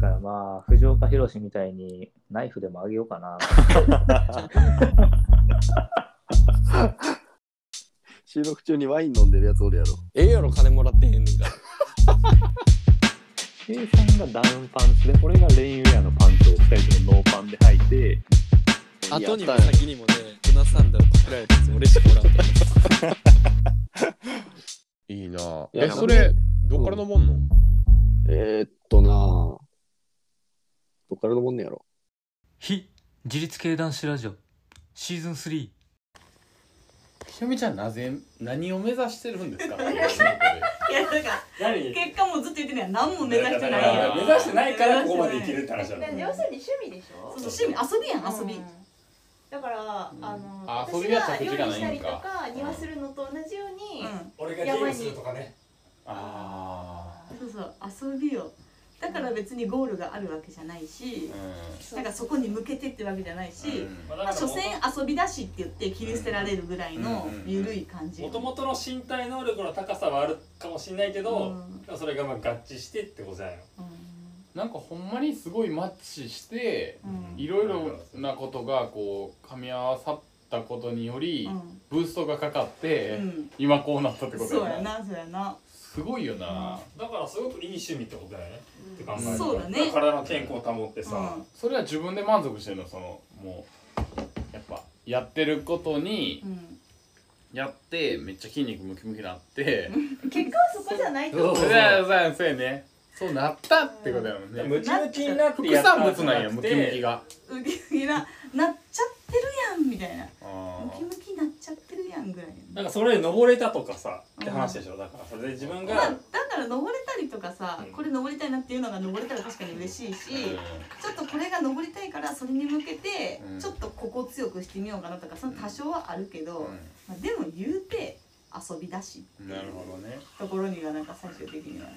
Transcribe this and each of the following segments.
からまあ、藤岡弘みたいにナイフでもあげようか な。収録中にワイン飲んでるやつおるやろ。ええやろ、金もらってへんねんから。 K さんがダウンパンツで俺がレインウェアのパンツを2人ともノーパンで履いて後にやもったよ先にもね、粉サンダルかけられたやつ、俺しかおらんから。いいなぁいやえ、それ、どっから飲もんの、えー、っとなぁ。どっからのもんねやろ。非自立系男子ラジオシーズン3ひよみちゃんなぜ何を目指してるん ですかいやなんか結果もずっと言ってない何も目指してないやん目指してないからここまでいけるって話なの要するに趣味でしょそうそう趣味遊びやん遊び、うんだから、あのあ遊私びはが着地料が理ないんしかたりとか庭するのと同じように、う俺がゲームするとかねあん、そうそう遊びよだから別にゴールがあるわけじゃないしー、なんかそこに向けてってわけじゃないし、う、まあ、所詮遊びだしって言って切り捨てられるぐらいの緩い感じもともとの身体能力の高さはあるかもしれないけうど、んそれがまあ合致してってことだようんなんかほんまにすごいマッチしてんいろいろなことがこう噛み合わさったことにより、うんブーストがかかって、うん今こうなったってことそうややななそうやなすごいよな、だからすごくいい趣味ってことだよね、って考えたらそうだね体の健康を保ってさ、うんそれは自分で満足してるのそのもうやっぱやってることにうんやってめっちゃ筋肉ムキムキになって、結果はそこじゃないと思うそうやそうやそうやねそうなったってことやもんね、ムキムキになって副やった産物なんやんムキムキがウキウキななっちゃってるやんみたいなあムキムキなっちゃってるやんぐらいなんかそれで登れたとかさって話でしょだからそれで自分まあ、がだから登れたりとかさ、うんこれ登りたいなっていうのが登れたら確かに嬉しいし、ちーょっとこれが登りたいからそれに向けてうんちょっとここを強くしてみようかなとかその多少はあるけど、うんまあ、でも言うて遊びだしうんなるほどねところにはなんか最終的には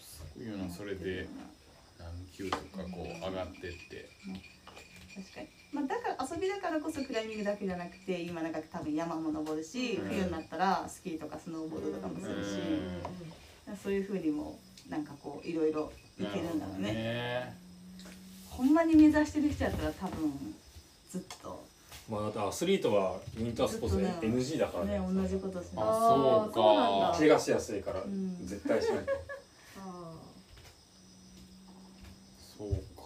そういうのそれで何級とかこう上がってって確かに、まあ、だから遊びだからこそクライミングだけじゃなくて今なんか多分山も登るし、うん冬になったらスキーとかスノーボードとかもするし、そういうふうにもなんかこういろいろいけるんだろうねねほんまに目指してる人やったら多分ずっとまあだってアスリートはウィンタースポーツでちょっとね NG だからねね同じことしあなそあーうそうなんかだ怪我しやすいから、ん絶対しないあーそうか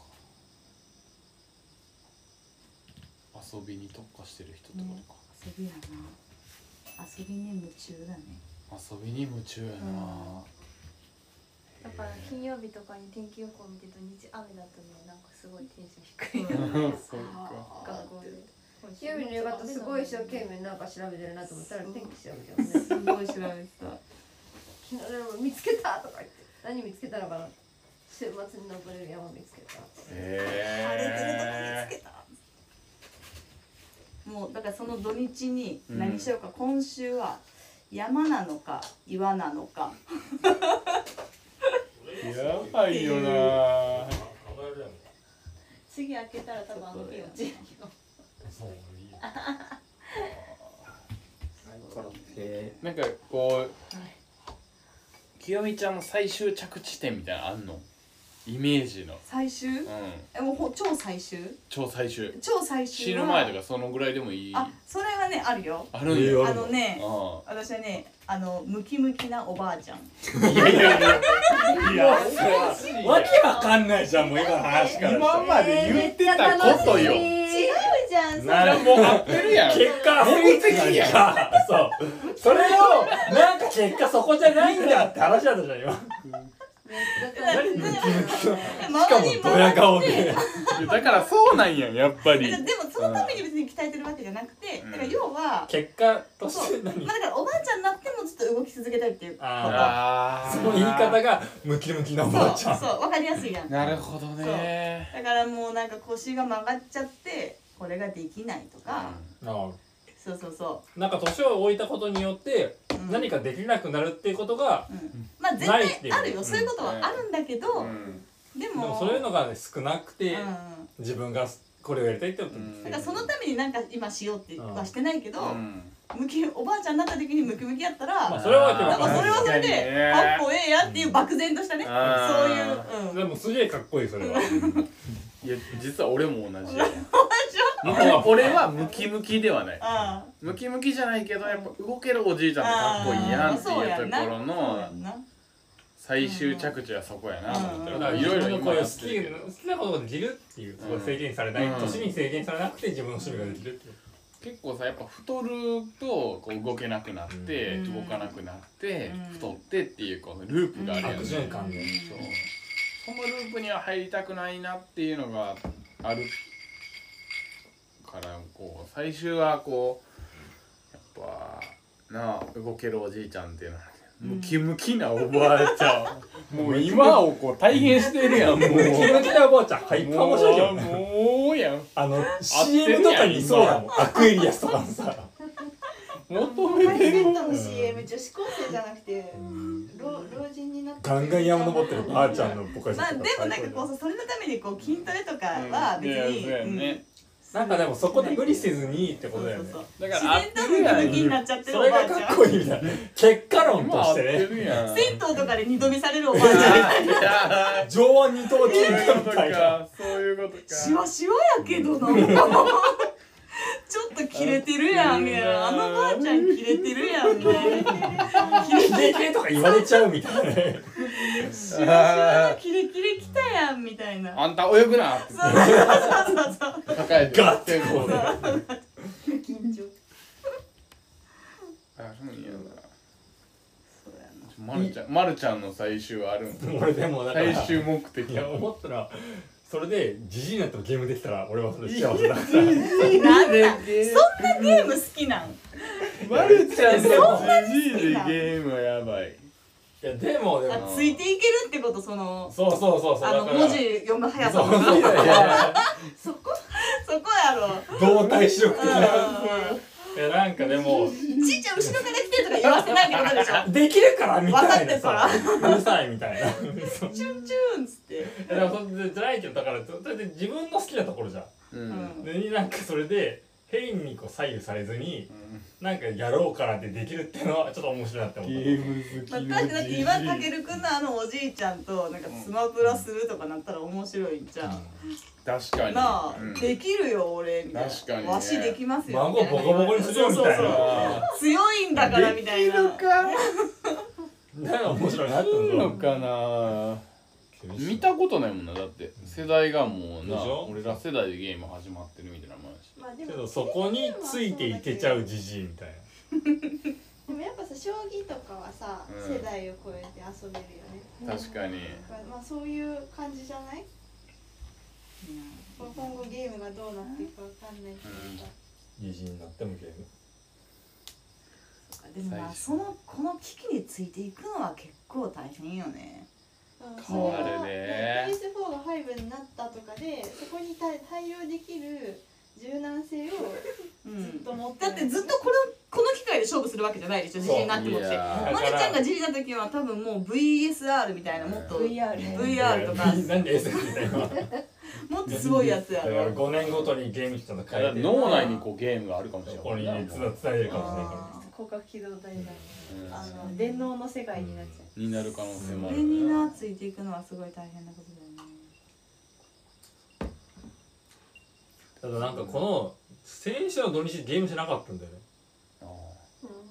遊びに特化してる人ってことか、遊びやな遊びに夢中だね遊びに夢中やな、だから金曜日とかに天気予報見て土日雨だとねなんかすごいテンシ ョン低いなそうか学校で金曜日の夕方すごい一生 懸命なんか調べてるなと思ったら天気調べてもねすごい調べてた昨日でも見つけたとか言って何見つけたのかな週末に登れる山見つけた晴れへてるとこ見つけたもうだからその土日に何しようか、今週は山なのか岩なのかえやばいよな次開けたら多分あの日落ちるよなんかこう清美ちゃんの最終着地点みたいなのあんのイメージの最終うんえもうほ超最終超最終超最終死ぬは前とかそのぐらいでもいいあそれはねあるよあるんやあのねあ私はねあのムキムキなおばあちゃんいやそれはわけわかんないじゃんもう今の話からしたら今まで言ってたことよ違うじゃんそなるもう合ってるやん結果目的やんかそうそれをなんか結果そこじゃないんだって話だったじゃん今しかもドヤ顔でだからそうなんやんやっぱりでもそのために別に鍛えてるわけじゃなくて、うんだから要は、結果としそてうまあ何だからおばあちゃんになってもずっと動き続けたいっていうああああその言い方がムキムキなおばあちそゃうんそうわかりやすいやんだなるほどねからもうなんか腰が曲がっちゃってこれができないとか、あそうそうそあなんか年を置いたことによってう、うん何かできなくなるっていうことが、うんまあ絶ないってい対うあるよ、うんそういうことはあるんだけど、うんででももそういうのが、ね、少なくて、うん自分がこれをやりたいってことうにんしてだるからそのためになんか今しようってはしてないけど、うんムキおばあちゃんになった時にムキムキやったら、まあそれはわけなわんかんかないそれはそれでねかっこええやっていう漠然としたね、あそうーいう、うん、でもすげえかっこいいそれは。いや実は俺も同じやねああ俺はムキムキではないあムキムキじゃないけどやっぱ動けるおじいちゃんってかっこいいやんっていうところそうやのんな最終着地はそこやなと思ってだるからい自ろいろ分の今声やを好っきてるけど好きなことができるっていうすごい制限されない、うん年に制限されなくて自分の趣味ができるっていう、結構さやっぱ太るとこう動けなくなって、うん動かなくなって、うん太ってっていうこのループがあるよね、悪そう循環で、そのループには入りたくないなっていうのがあるからこう最終はこうやっぱなあ動けるおじいちゃんっていうのはムキムキなおばあちゃん もう今をこう体現してるやん もうムキムキなおばあちゃんハイパー面白いよもうねもうやんあのてるやん CM とかにそうやもんアクエリアスとかのさ求マめイてスベるッドの CM 女子高生じゃなくて老老人になってガンガン山登ってるばあちゃんのポカジまあでとかもなんかこ最高だようさそれのためにこう筋トレとかは別うんいやに、そうやうんねなんかでもそこで無理せずにってことだよねそうだそうから自然とムキムキになっちゃってるそおればあがちゃかっんこいいみたいな結果論と今し合っててねる やん銭湯とかで二度見されるおばあちゃん上腕二頭筋そういうみことたいなかそういうことかシワシワやけどなちょっとキレてるやんみたいなあのばあちゃんキレてるやんみたいなキレキレキレとか言われちゃうみたいなねシワシワのキレキレきたやんみたいなあんた泳ぐなってそうそうそうそう抱えてガッてここうね緊張あそうなんやそうやななまるちゃんまるちゃんの最終はあるん俺でもだから最終目的いやは思ったらそれでじじいになってもゲームできたら俺はそれ幸せだからなんなんそんなゲーム好きなんまるちゃんのそんなじにじいで好きゲなームはやばいいやでもでもあついていけるってことそのそうそうそうそうあだのから文字読む速さそうとかいやいやそこそこやろ動体視力的なういやなんかでもんちいちゃん後ろから来てとか言わせないって ことでしょできるからみたいなわさかうるさいみた いなチュンチュンっつっていやでもそれで辛いけどだからそれで自分の好きなところじゃんううんんでなんかそれで変にこう左右されずになんかやろうからでできるっていうのはちょっと面白いなって思ゲっーム好まあ、きだってだのってじじい今たけるくんのあのおじいちゃんとなんかスマブラするとかなったら面白いんじゃん、確かになあ、うんできるよ俺みたいな確かにねわしできますたよ孫ボコボコにするよみたいそうそうなそう強いんだからみたいななんか面白いなっていい思のうかな見たことないもんなだって世代がもうでなしょ俺ら世代でゲーム始まってるみたいなもんやしまあでけもどそこについていけちゃうじじいみたいなでもやっぱさ将棋とかはさ、うん世代を超えて遊べるよね確かにまあそういう感じじゃないうんまあ今後ゲームがどうなっていくかわかんないけどさじじいになってもゲームでもまあそのこの危機についていくのは結構大変よねうん変わるねそれは PS4 が5になったとかでそこに対対応できる柔軟性をうずんっと持ってだってずっとこれこの機械で勝負するわけじゃないでしょ自信になってもしてやーまるちゃんがじじいな時は多分もう VSR みたいなもっと VR VR とか なんで SF みたいな今もっとすごいやつやだからろ5年ごとにゲーム機とのだから変えてこ脳内にこうゲームがあるかもしれないこにねつな伝えるかもしれないからあ広角機動隊になるうんあの電脳の世界になっちゃうになる可能性ーもあこるれになついていくのはすごい大変なことだよねただなんかこの先週の土日ゲームしなかったんだよねう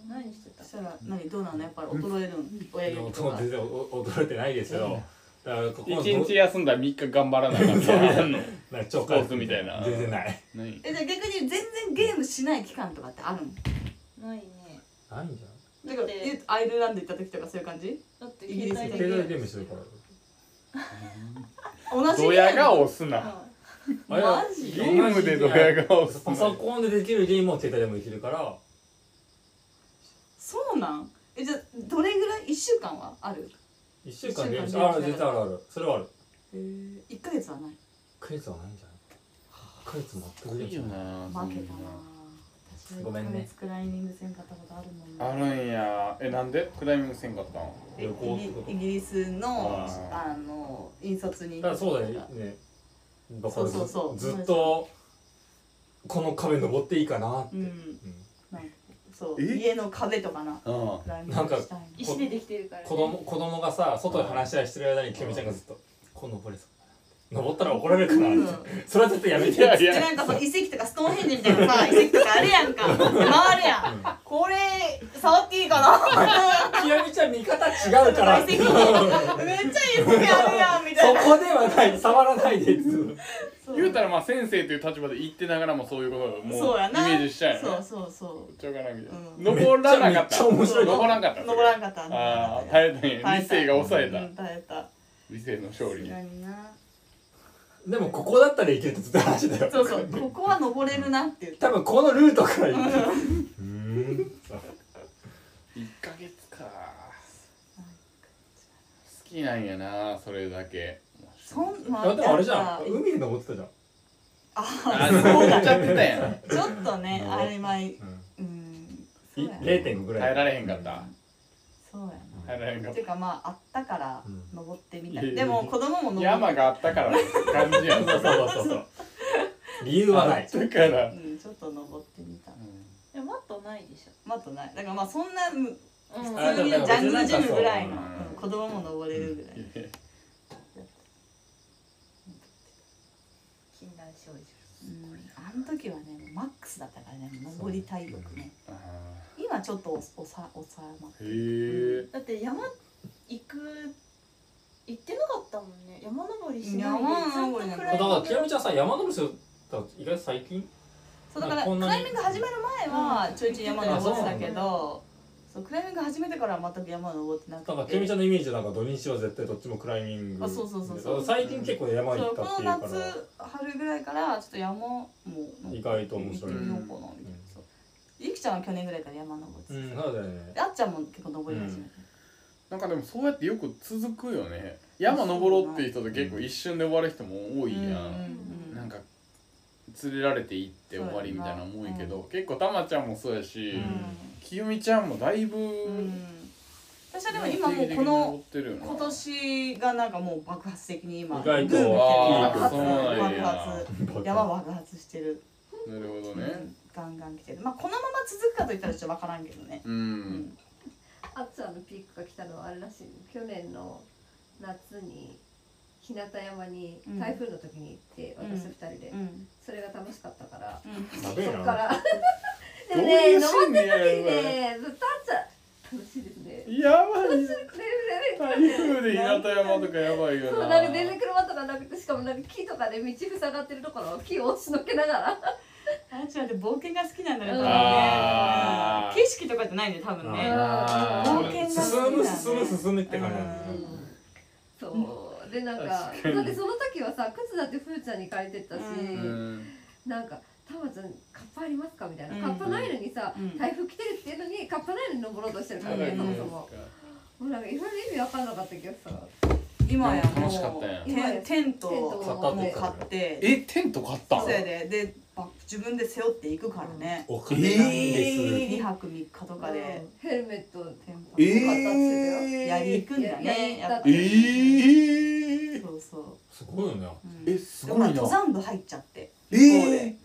ん何してたそしたら何どうなのやっぱり衰えるん親で指もとか全然お驚いてないですけどだからここの一土日休んだら3日頑張らなかったらあんのなんか超スポーツみたいな全然ない何えじゃあ逆に全然ゲームしない期間とかってあるのないねない んじゃんだからえアイルランド行った時とかそういう感じだってイギリス携帯ゲームしてるから同じドヤ顔押すなあれはマジゲームでドヤ顔押すパソコンでできるゲームを携帯でもできるからそうなんえじゃあどれぐらい1週間はある1週間ゲームして一週間ゲームああ絶対あるあるそれはあるえ1ヶ月はない1ヶ月はないんじゃない1ヶ月全くゲームいいしよてないな負けたな私ごはめ1んヶね月クライミングせんかったことあるもんあるんやえなんでクライミングせんかったんえ旅行ってこイギとイギリスのあーあの引率にだからそうだよねだからずそうそうそうずっとこの壁登っていいかなってうんうんなんかそうえ家の壁とかなうんライブなんかしたいな石でできてるから、ね、子供子供がさ外で話し合いしてる間にきよみちゃんがずっと「こう登れそう登ったら怒られるかな」うんってそれはちょっとやめていやいやでなんかその遺跡とかストーンヘンジみたい なさ遺跡とかあるやんか回るやんこれ触っていいかなきよみちゃん見方違うから遺跡めっちゃ遺跡あるやん みたいなそこではない触らないでっつうそう言うたらまあ先生という立場で言ってながらもそういうことをもそううやイメなージしちゃうよねそうそうそうしょうがないけどうん登らなかめっったちゃ面白い登らなかった登らんかったああ耐えたんや耐えた理性が抑えたうん耐えた理性の勝利にさすがになでもここだったらいけるってずっと話だよそうそうここは登れるなって言って多分このルートから行くうーん1ヶ月か好きなんやなそれだけそんまあでもあれじゃんなんか海に登ってたじゃんあそうなっちゃってたやんちょっとねうん曖昧うんうんそうやな0.5ぐら耐えいられへんかったそうや耐えられへんかなっっていうかまああったから登ってみたういんでも子供も登たる山があったからの感じやんそうそうそうそう理由はないだからうんちょっと登ってみたえマットないでしまああとないだからまあそんなうんょ、うん、あ普通にジャングルジムぐらいのうんうん子供も登れるぐらい禁断症状うんあの時はねマックスだったからね登り体力ねあ今ちょっとおおさおさまっーへえだって山行く行ってなかったもんね山登りしないでず山っと登り暗なんいかだからきよみちちゃんさ山登りすると意外と最近そうだからこんクなにライミング始まる前はちょいちょい山登ってたけどそうクライミング始めてからは全く山登ってななんかくケミちてゃんのイメージなんか土日は絶対どっちもクライミングあそうそうそうそうだから最近結構山そ行うったこっていのうから夏春ぐらいからちょっと山も意外と面白い行ってみようかなみたいなそうゆきちゃんは去年ぐらいから山登ってうたんそうだよねであっちゃんも結構登り始めた、なんかでもそうやってよく続くよね山登ろうっていう人と結構一瞬で終わる人も多いやうんんうんなんか連れられて行って終わりみたいな思いけど結構たまちゃんもそうやし、うんきよみちゃんもだいぶ、うんうん私はでも今もう定期この的に登ってるよな今年がなんかもう爆発的に今意外とブームみたいな爆あー発そうなん爆や発山爆発してるなるほどねガンガン来てるまあこのまま続くかといったらちょっと分からんけどね、うん、うん、あっちゃんのピークが来たのはあれらしいの去年の夏に日向山にうん台風の時に行って、うん私と二人で、うんそれが楽しかったから、やそべえっなからでどういもねうシー登ンっでてやるれ時ばねずっとあっちゃん楽しいですねやばいレベルレ台風で日向山とかやばいベルよそなうなんか全然車とかなくてしかもなんか木とかで道塞がってるところを木を押しのけながらあーちゃんって冒険が好きなんだね多分ねあー景色とかじゃないんだよ多分ねあー冒険が好きだ進ねむ進む進むって感じだうねんそうでなんかだって確かにその時はさ靴だってふーちゃんに借りてったし、うんなんか「たまちゃんカッパありますか?」みたいな、うんカッパないのにさ、うん台風来てるっていうのにカッパないのに登ろうとしてるからね、うんそもそももうなんかいろいろ意味わかんなかったけどさ今やもう楽しかったやんテンテントをテントをもう買ってえテント買ったそうやででば自分で背負っていくからね、お金なんです2泊3日とかでヘルメットテントえーでやり行くんだねえーやっぱえりー、そうそすごいよねう、うん、えですもごほらいな登山部入っちゃってえー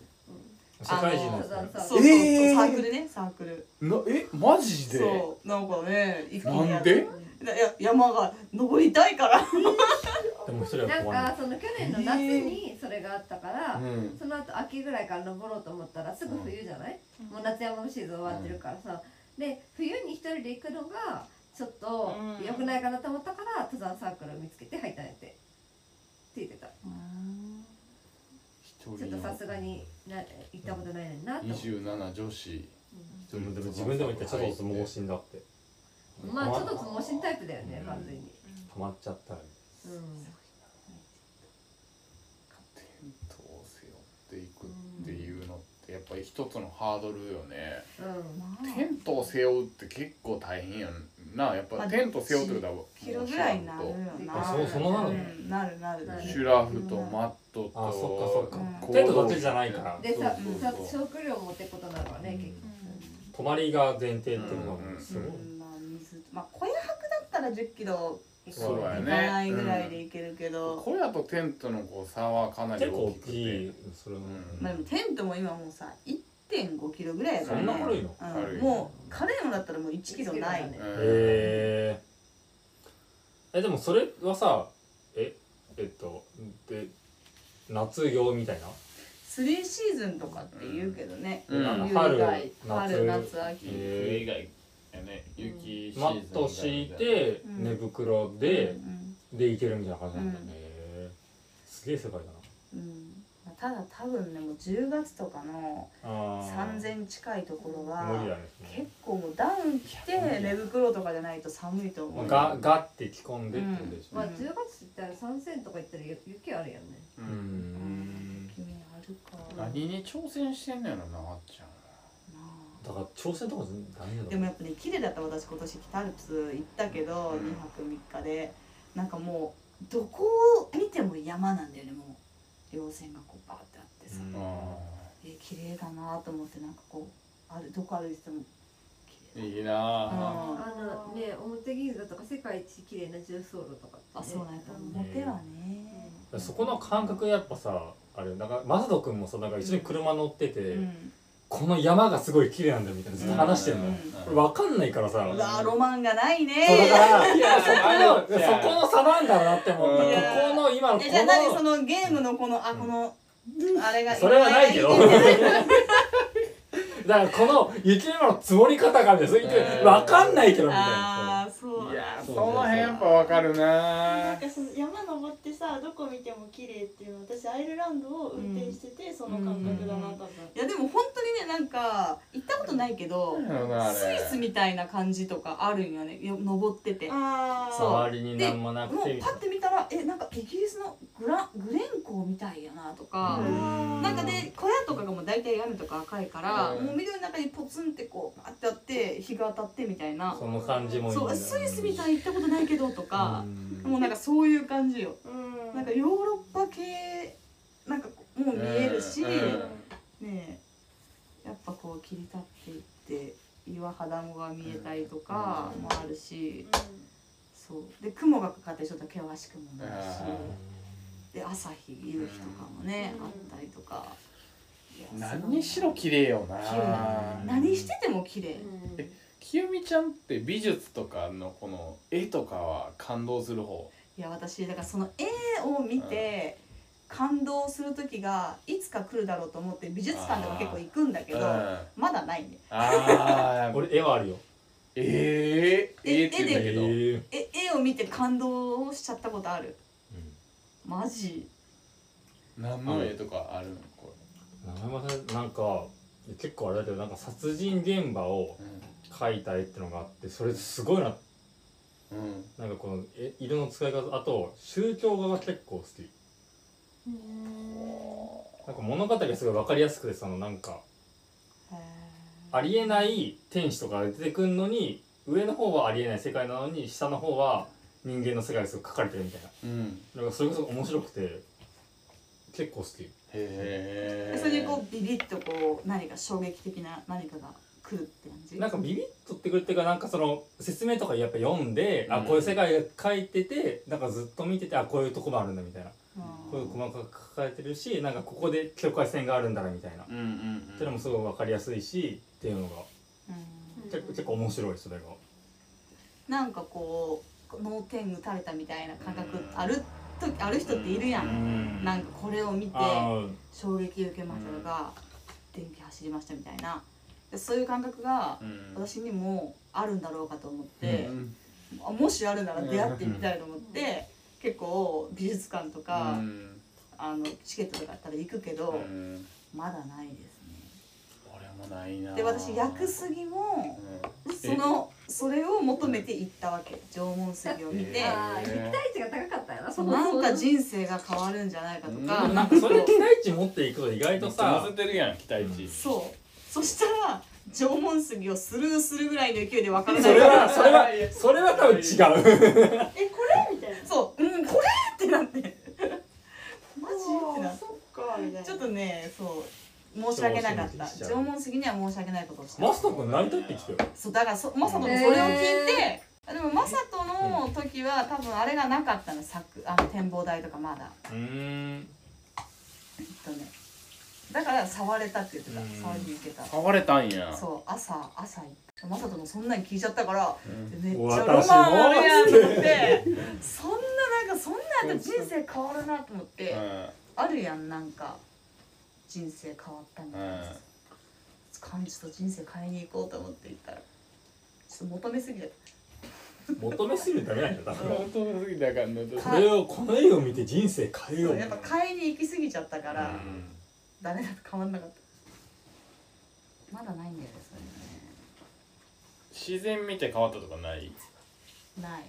世界人ですねあそうそうそう、えーサークルねサークルなえマジでそうなんかね一気にやなっんでいや山が登りたいからでも一人はなん怖いかその去年の夏にそれがあったから、うんその後秋ぐらいから登ろうと思ったらすぐ冬じゃない、もう夏山のシーズン終わってるからさ、で冬に一人で行くのがちょっとうん良くないかなと思ったから登山サークルを見つけて入ったんやってって言ってた一ちょっ人とのさすがにな行ったことないのになと思って、 27女子でも自分でも言ったちょっと相撲死んだってうんまあちょっと盲信タイプだよね完全に、止まっちゃったらうんテントを背負っていくっていうのってやっぱり一つのハードルよねうんテントを背負うって結構大変やんなやっまぱあテント背負ってるだろキロぐらいになるよなあそうそのなのうんなるなるなるシュラフとマットとあそっかそっかコードテントだけじゃないからでさそうさそうそう食料持っていくことになるからね、結泊まりが前提っていうのがすごいうんまあ水まあ小屋泊だったら10キロいかそうやねないぐらいでいけるけど、小屋とテントのこう差はかなり結構大大きくきていそれはうんまあでもテントも今もうさ1 1.5キロぐらいやかそらねんな軽いのう軽ん、いもう軽いのだったらもう1キロないねへええでもそれはさええっとで夏用みたいな3シーズンとかって言うけどね、うんあの冬以春外春夏夏秋、えー外やね雪シーズンマット敷いてうん寝袋でうんでいけるみたいな感じなんだうへんえすげえ世界だなうんまあただ多分ねもう10月とかのあー3000近いところは無理だね結構もうダウン着て寝袋とかじゃないと寒いとま思あうガガッて着込んでってことでしょまあ10月って言ったら3センとか行ったら雪あるやんねううんん君あるかな何に挑戦してんのやろなあっちゃんあだから挑戦とかダメだろでもやっぱね綺麗だった私今年北アルプス行ったけど、うん2泊3日でなんかもうどこを見ても山なんだよねもう稜線がこうバーってあってさ、うんあえ綺麗だなと思ってなんかこうあるどこ歩いてても綺ー麗だいいなあうんあのね表銀座とか世界一綺麗な重曹路とかってねあそうなんやっぱうん表はね、そこの感覚やっぱさあれなんか雅人君もさなんか一緒に車乗ってて、うんこの山がすごい綺麗なんだよみたいなずっと話してんの、うんこれ分かんないからさ、うわロマンがないねそうだからいやそやこのそこの差なんだろうなって思った、いやここの今のこえじゃあ何そののゲームのこのあこの、あれがそれはないけど いやだからこの雪山の積もり方がみたいなそう言って分かんないけどみたいなああそういやーそそうの辺やっぱわかるななんかその山登ってさどこ見ても綺麗っていうの私アイルランドを運転してて、その感覚だな多分、いやでも本当にねなんか行ったことないけど、なんやろなあれスイスみたいな感じとかあるんよねよ登っててもうああそう周りに何もなくパてみたいッて見たらえなんかイギリスのグラグレンコーみたいやなとか、ななんかで小屋とかがもう大体屋根とか赤いから、うんもう緑の中にポツンってこうパッてあって日が当たってみたいなその感じもいいんだそようスイスみたいに行ったことないけどとかう、んもうなんかそういう感じようんなんかヨーロッパ系なんかこうもう見えるし、うんうんねえやっぱこう切り立っていって岩肌もが見えたりとかもあるし、そうで雲がかかってちょっと険しくもなるし、で朝日夕日とかもね、うんあったりとかいや何にしろ綺麗よな綺麗だ何してても綺麗うん清美ちゃんって美術とかのこの絵とかは感動する方いや私だからその絵を見て感動する時がいつか来るだろうと思って美術館とか結構行くんだけどうんあまだないねあ俺絵はあるよええええって言えうんだけーえ絵を見て感動しちゃったことあるうんマジど何の絵とかあるのこ名前忘れたなんか結構あれだけどなんか殺人現場をれ描いた絵ってのがあってそれすごいなうん、うんなんかこのえ色の使い方あと宗教画が結構好きなんか物語がすごい分かりやすくてそのなんかへありえない天使とか出てくんのに上の方はありえない世界なのに下の方は人間の世界がすごい描かれてるみたいなうん、なんかそれこそ面白くて結構好きへええそれでこうビビッとこう何か衝撃的な何かが来るって感じなんかビビッとってくるっていうかなんかその説明とかやっぱ読んで、あうんこういう世界が書いててなんかずっと見ててあこういうとこもあるんだみたいなうんこういう細かく書かれてるしなんかここで境界線があるんだなみたいな、うんうんうんってのもすごい分かりやすいしっていうのがうん結構結構面白いそれがなんかこう脳天打たれたみたいな感覚ある時ある人っているやんんなんかこれを見てあ衝撃受けましたとか電気走りましたみたいなでそういう感覚がうん私にもあるんだろうかと思っうて、んあもしあるなら出会ってみたいと思って、結構美術館とか、うんあのチケットとかあったら行くけど、うんまだないです俺もないなねで私薬杉もうんそのそれを求めて行ったわけ縄文杉を見て、えああへ期ー待値が高かったよなそそうのなんか人生が変わるんじゃないかとか、うんなんかそれ期待値持っていくと意え外っととささ乗せてるやん期待値そうそしたら縄文杉をスルーするぐらいの勢いで分からないそれはそれはそれは多分違うえこれみたいなそううんこれってなってマジってなあっそっかみたいてなちょっとねそう申し訳なかった縄文杉には申し訳ないことをしたマスト君なりたいってきてよそうだからそマサトもそれを聞いて、でもマサトの時は多分あれがなかったの作あの展望台とかまだうーんえっとねだから触れたって言ってた触りに行けた触れたんやそう朝朝行ったまさともそんなん聞いちゃったから、うんめっちゃロマンあるやんと思ってそんななんかそんなんやったら人生変わるなと思って、あるやんなんか人生変わったみたいな、感じと人生変えに行こうと思って行ったらちょっと求めすぎて求めすぎるダメなんだ多分求めすぎたらあかんのこれをこの絵を見て人生変えようやっぱ変えに行き過ぎちゃったから、ダメだと変わんなかったまだないんだよねそれ自然見て変わったとかないねない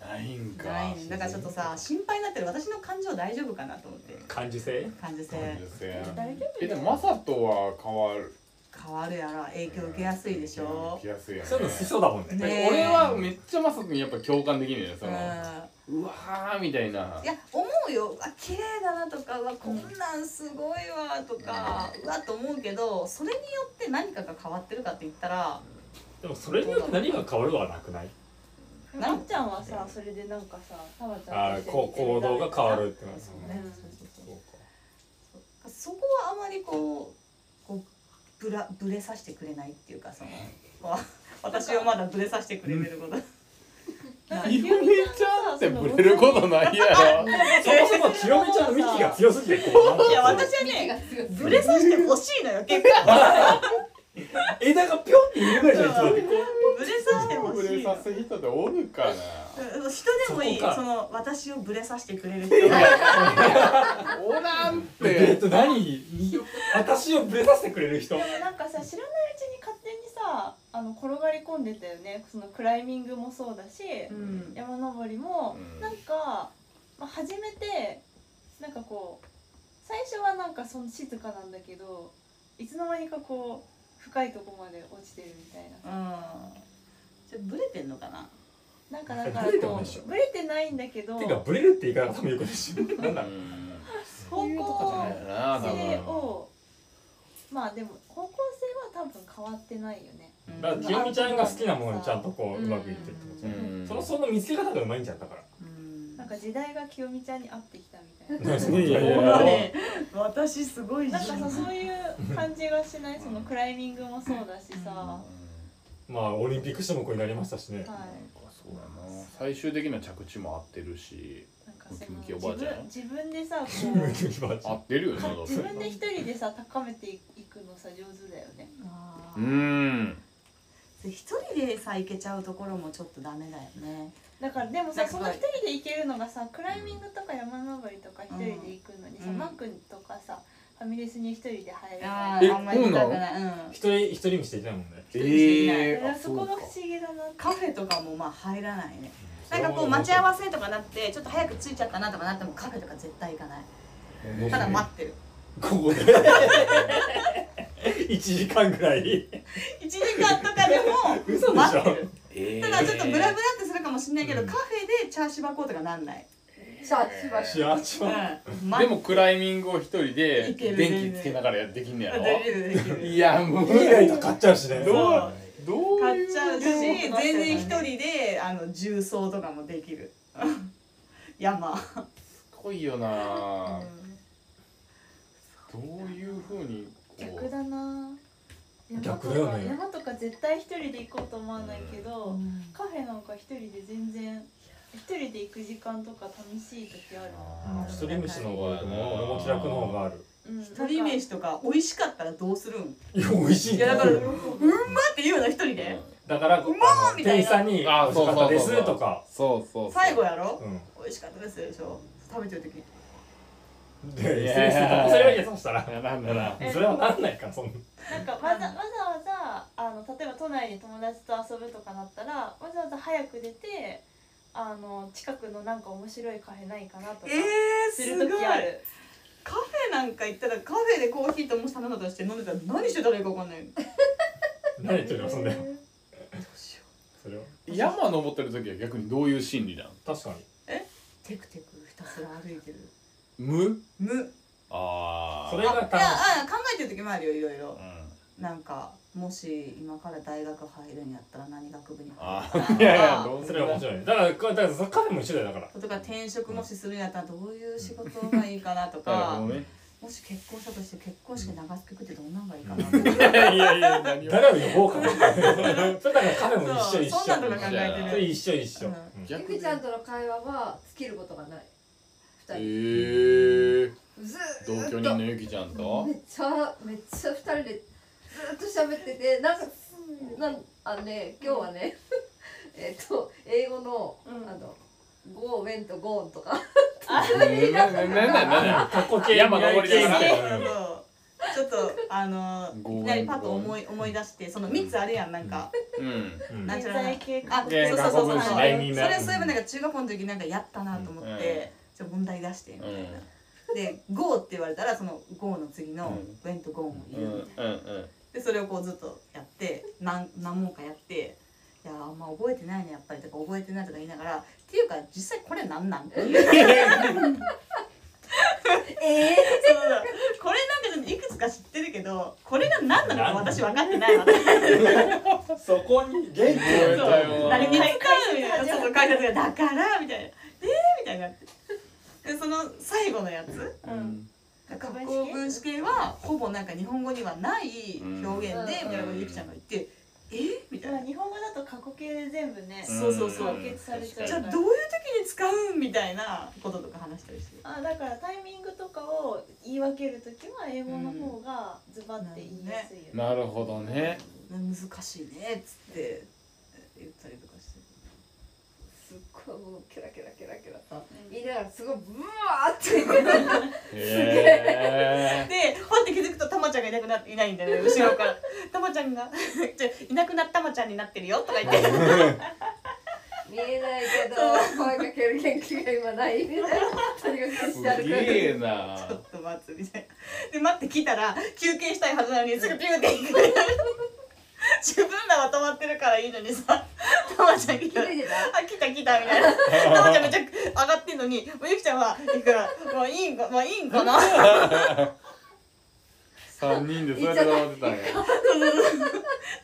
ないんかないねだからちょっとさ心配になってる私の感情大丈夫かなと思って感受性感受性大丈夫えでもマサトは変わる変わるやら影響受けやすいでしょ、気がするやんそういうのしそうだもんねねえ俺はめっちゃマサトにやっぱ共感できるよそのううわーみたいないや思うよあ綺麗だなとかうわこんなんすごいわとか、うわと思うけどそれによって何かが変わってるかって言ったらでもそれによって何が変わるはなくないなっちゃんはさそれでなんかさたまちあゃんーとこう行動が変わるってなそうねそこはあまりこうこうぶらぶれさせてくれないっていうかそのわ私はまだぶれさせてくれてることゆめちゃんってブレることないやろそもそも清めちゃんの幹が強すぎてこういや私はねぶれさせてほしいのよ結構枝がピョンって揺れぐらいじゃないぶれさせてほしブいレさす人っておるかなうん人でもいいそこそかの私をぶれさせてくれる人おらんってえっと何私をぶれさせてくれる人でもなんかさ知らないうちに勝手にさあの転がり込んでたよねそのクライミングもそうだし、山登りも、なんか、まあ、初めてなんかこう最初はなんかその静かなんだけどいつの間にかこう深いとこまで落ちてるみたいな。じゃブレてんのかななんかだからブレても なこいでしょうブレてないんだけどてかブレるって言い方もよくないしなんだ方向な多性分をまあでも方向性は多分変わってないよね。だから清美ちゃんが好きなものにちゃんとこううまくいってるってことうんそのその見つけ方がうまいんじゃんだからなんか時代が清美ちゃんに合ってきたみたいな。いやい ほらね私すごいなんかさそういう感じがしないそのクライミングもそうだしさ、はまあオリンピック種目になりましたしねい、 そうやな最終的な着地も合ってるしなんかムそキムキのおばあち自ゃん分自分でさこ ムう合ってるよねだから自分で一人でさ高めていくのさ上手だよね。うーん一人でさ行けちゃうところもちょっとダメだよねだからでもなさんかそこうの一人で行けるのがさクライミングとか山登りとか一人で行くのにさ、うんマックとかさファミレスに一人で入れあない。ーあんまり行きたくないうん一人一人見していないもんねえそこが不思議だなカフェとかもまあ入らないねなんかこう待ち合わせとかなってちょっと早く着いちゃったなとかなってもカフェとか絶対行かないただ待ってるここで 1時間ぐらい1時間とかでも 嘘で待しっょてるえただちょっとブラブラってするかもしんないけど、カフェでチャーシュバコーとかなんないチャーシュバシャーチマでもクライミングを一人でいける電気つけながらやってきんねやろできるできるいやもういいライト買っちゃうしねどう買っちゃうしで全も然一人であの重曹とかもできる 山濃いよな、どういうふうに逆だな山逆とかだよね山とか絶対一人で行こうと思わないけど、カフェなんか一人で全然一人で行く時間とか寂しい時ある一人飯の方が俺も気楽の方がある一人飯とか美味しかったらどうするんいや美味しいいやだから「うんま!」って言うの一人でだからまーみた店いな員さんに「あそうそうです」とかそうそう最後やろ、うん美味しかったですでしょ食べてる時にで失礼するとこそれはいいやそしたらなんだなそれはなんないからそんななんかわざわざわざあの例えば都内に友達と遊ぶとかなったらわざわざ早く出てあの近くのなんか面白いカフェないかなとかえー、すするごい時ある、カフェなんか行ったらカフェでコーヒーともし頼んだとして飲んでたら何してたらいいか分かんない何言ってるのそんでそれは山登ってる時は逆にどういう心理なん確かにえテクテクひたすら歩いてる無無ああそれがいやあ考えてる時もあるよいろいろ、なんかもし今から大学入るんやったら何学部に入るかいやいやそれは面白いねだからこれだからカフェも一緒だよだからとか転職もしするんやったらどういう仕事がいいかなとなるかほどねもし結婚したとして結婚式で流す曲ってどんなんがいいかうな。んいやいやいや何を誰を呼ぼうかなそれだから彼も一緒一緒そうそんなんとか考えてるそれ一緒一緒、うんうんゆきちゃんとの会話は尽きることがない二人、ええず同ーっと居人のゆきちゃんとめっちゃめっちゃ二人でずーっと喋っててなんかなんあのね今日はね えっと英語の、あのゴーウェンとゴーンとかえなななな過去形山登りながらちょっとあのごめんいきなりパッと思い思い出してその三つあるやんなんか。うんうんなんちゃらな経済系あそう言そ語うそうそう文そ字れ第二そ弾れそういえばなんか中学校の時なんかやったなと思って、うんちょっと問題出してみうたいんな。で「ゴー」って言われたらその「ゴー」の次うのん「ウェン」と「ゴーン」をう言んうみたいな。うんでそれをこうずっとやって何何問かやって「いやあんま覚えてないねやっぱり」とか「覚えてない」とか言いながら「っていうか実際これなんなん?」っていう そうえそうこれなんかいくつか知ってるけどこれが何なのか私分かってないわそこに元気えたよ誰に使解うみたいなそうそう解説が「だから」みたいな「えー」みたいになってでその最後のやつうんうん学校文詞系はほぼなんか日本語にはない表現でうんみたいなことゆきちゃんが言って「えーみたいまなあ。日本語だと過去形で全部ねそうそうそうん完結されちゃうじかゃあらどういう時に使うんみたいなこととか話したりしてあだからタイミングとかを言い分けるときは英語の方がズバって言いやすいよ、ねなるほどね難しいねっつって言ったりとかしてすっごいもうキラキラキラキラと言いながらすごいブワーって言ってへでパって気づくとたまちゃんがいなくなっていないんだよね後ろ からたまちゃんがじゃあいなくなったまちゃんになってるよとか言って見えないけど声かける元気が今ないみたいなとにかくすして歩くげえなちょっと待つみたいなで待って来たら休憩したいはずなのにすぐピューって行く自分らは止まってるからいいのにさたまちゃん来気たらづいてたあ来た来たみたいな。たまちゃんめっちゃ上がってんのに、もうゆきちゃんは行くから、もういいんか、まあいいんかな。三人でそうやって頑張ってたんや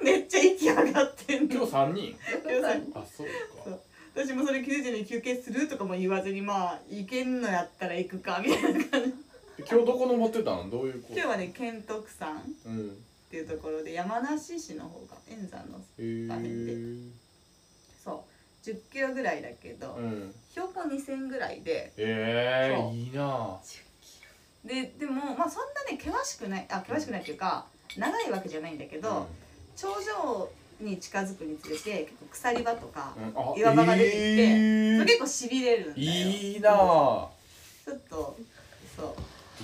めっちゃ息上がってん今の日。三人でもさあそうそかう私もそれ気づいてるのに休憩するとかも言わずに、まあ行けんのやったら行くかみたいな感じ。今日どこ登ってたのどういう子今日はね、県徳山っうんていうところで山梨市の方が円山のへえあ見てそう10キロぐらいだけど、うん標高2000ぐらいで。えそえういいなででもまあそんなね険しくないあ険しくないっていうか長いわけじゃないんだけど、頂上に近づくにつれて結構鎖場とか、うんあ岩場が出てきてえーそれ結構しびれるんだよいいなちょっとそ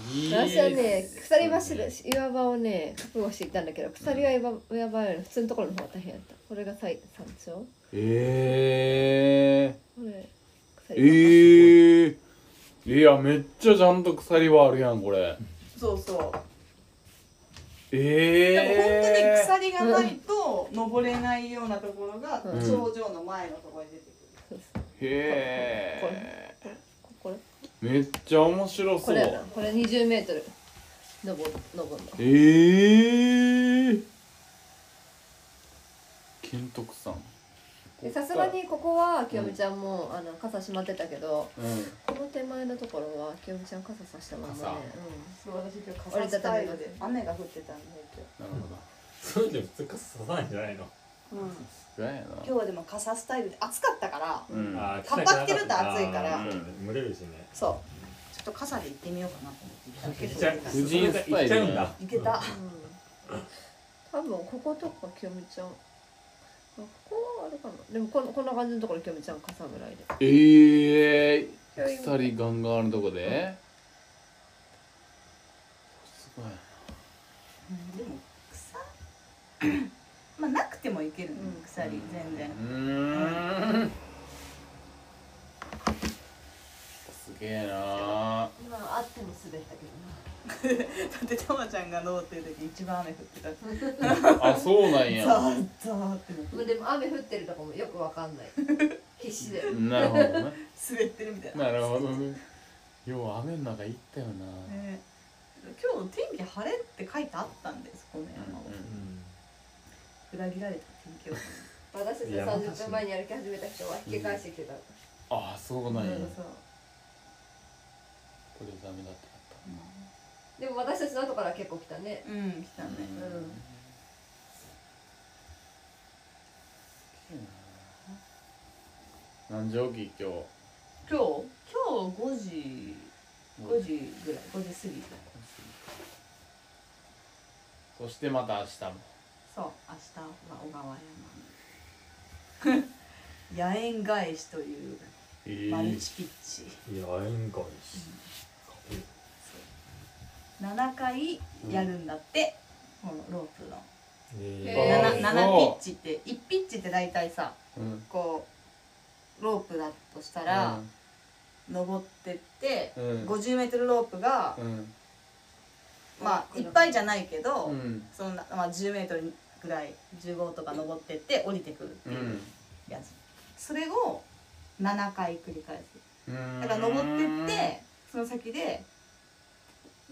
ういい私はね鎖柱岩場をね覚悟していたんだけど鎖は岩岩場より普通のところの方が大変だったこれが最山頂こえれー、え鎖ー、いやめっちゃちゃんと鎖はあるやんこれそうそうえでも本当にえ鎖がないと登れないようなところがうん頂上の前のところに出てくるそうそうー、へここれーめっちゃ面白こそれやなうこれ20メートル登る登るのえー、金徳さんでさすがにここはきよみちゃんも、あの傘しまってたけどうこの手前のところはきよみちゃん傘さしたまんまね、そう私今日折りたたみの雨が降ってたんで今んなるほどそれで普通か刺さないんじゃないの、日、うん、ぐらいやな今日はでも傘スタイルで暑かったからうんあーカッパ着てると暑いからあーうん蒸れるしねそうちょっと傘で行ってみようかなと思って行っ行ったちゃらう結構婦人スタ行っイルねちゃうんだ行けた、うん、多分こことかきよみちゃんあここはあるかなでもこのこんな感じのところきよみちゃん傘ぐらいでええー、鎖ガンガンあるとこで、すごいうんでも草 まあなくてもいけるねうん鎖全然うーんすげえなまああっても滑ったけどなだってたまちゃんが登ってる時一番雨降ってたからあそうなんやザーザーってなってまあでも雨降ってるとこもよくわかんない 必死でなるほどね滑ってるみたいな、ねなるほどねよう雨の中行ったよな、今日天気晴れって書いてあったんですこの山をう裏切られた天気を私たちが30分前に歩き始めた人は引き返してきてた、ああそうなんや、そうこれダメだってなったうでも私たちの後から結構来たねうん来たね何時起き今日今日今日5時5時ぐらい5時過ぎそしてまた明日もそう明日は小川山 野縁返しというマルチピッチ、いや縁返し7回やるんだって、このロープのえ7ーピッチって1ピッチって大体さうんこうロープだとしたら、登ってって、うん50メートルロープが、うんまあいっぱいじゃないけど、うんそんな、まあ、10メートルぐらい15とか登ってって降りてくるっていうやつ、それを7回繰り返すだから登ってってその先で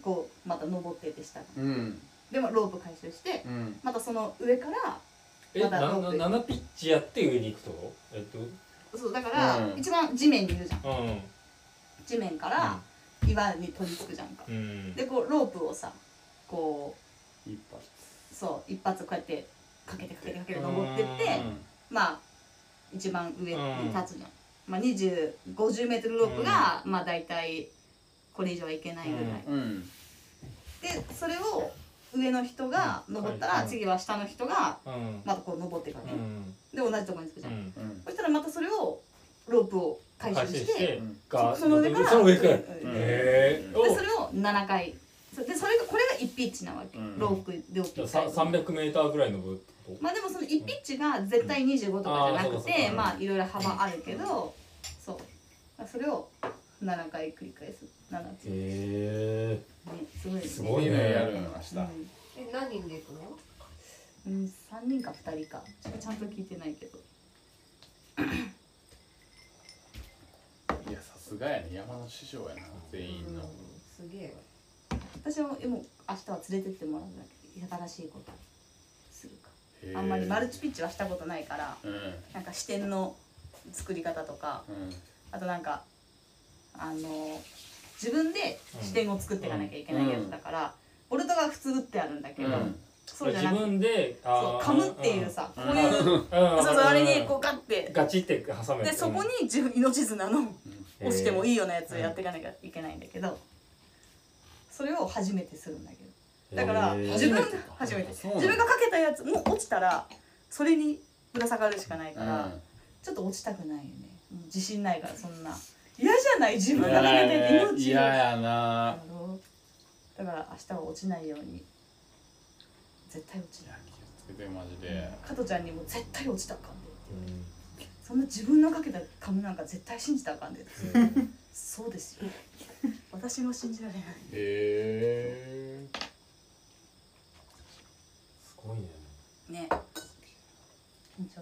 こうまた登ってってしたうんでもロープ回収して、うんまたその上からえまなだロープな7ピッチやって上に行くとこえっとそうだから、うん一番地面にいるじゃんうん地面から岩に取り付くじゃんか、うんでこうロープをさこ一発うそう一発こうやってかけてかけてかけて登ってってまあ一番上に立つじゃん、まあ、20 50m ロープが、まあ大体これ以上はいけないぐらい、うんでそれを上の人が登ったら、うん次は下の人がうんまたこう登っていくわけ、うんで同じところに着くじゃん、うんそしたらまたそれをロープを回収してがその上からその上からうんええでそれを7回そでそれがこれが1ピッチなわけ、んロープで起きさ 300m ぐらい登るってことまあでもその1ピッチが絶対25とかじゃあーそなくうかそうて、かうんまあいろいろ幅あるけど、そうまあそれを7回繰り返す7つ、へねすごいねすごいねやるの明日え何人で行くのうん、3人か2人かちょっとちゃんと聞いてないけどいやさすがやね山の師匠やな全員のすげえ私はもう明日は連れてってもらうんだけど新しいことするかへーあんまりマルチピッチはしたことないから、うんなんか視点の作り方とか、あとなんかあの自分で視点を作っていかなきゃいけないやつだから、ボルトが普通打ってあるんだけど、うんそうじゃなく自て分でそう噛むっていうさ、こういう、そうそうそうあれにこうガッてガチって挟めてでそこに自分命綱のうん押してもいいようなやつをやっていかなきゃいけないんだけどそれを初めてするんだけどだからへー自分が初めてか初めてうなの自分がかけたやつもう落ちたらそれにぶら下がるしかないから、うんちょっと落ちたくないよねもう自信ないからそんな嫌じゃない 自分がかけいてや命をいややなだから明日は落ちないように絶対落ちないつけてマジで加トちゃんにも絶対落ちたらあかんでって言われて、そんな自分のかけた髪なんか絶対信じたらあかんで って、そうですよ私も信じられないへえすごいねね緊張しちゃ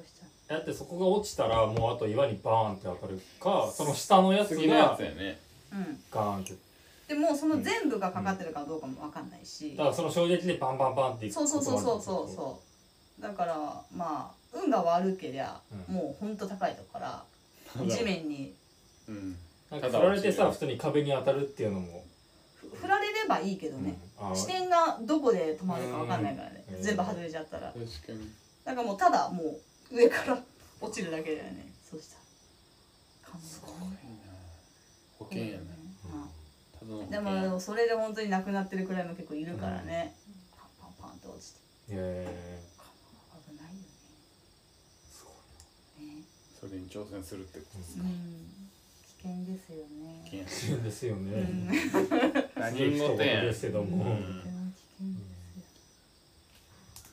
うだってそこが落ちたらもうあと岩にバーンって当たるかその下のやつ次のやがつやねうんガーンってでもその全部がかかってるかどうかもわかんないし、だからその衝撃でバンバンバンっていくそうそうそうそうそうそうだからまあ運が悪けりゃ、もうほんと高いとこかうらん地面にうんなんか振られてさ普通に壁に当たるっていうのも振られればいいけどね、あ視点がどこで止まるかわかんないからね、うん全部外れちゃったら、確かにだからもうただもう上から 落ちるだけだよねそうしたら感動保険やねただので保険もそれで本当になくなってるくらいも結構いるからね、パンパンパンと落ちてえ危ないよねそれに挑戦するってことですすごいうん危険ですよね危険 ですよねうん何事やですけどもうん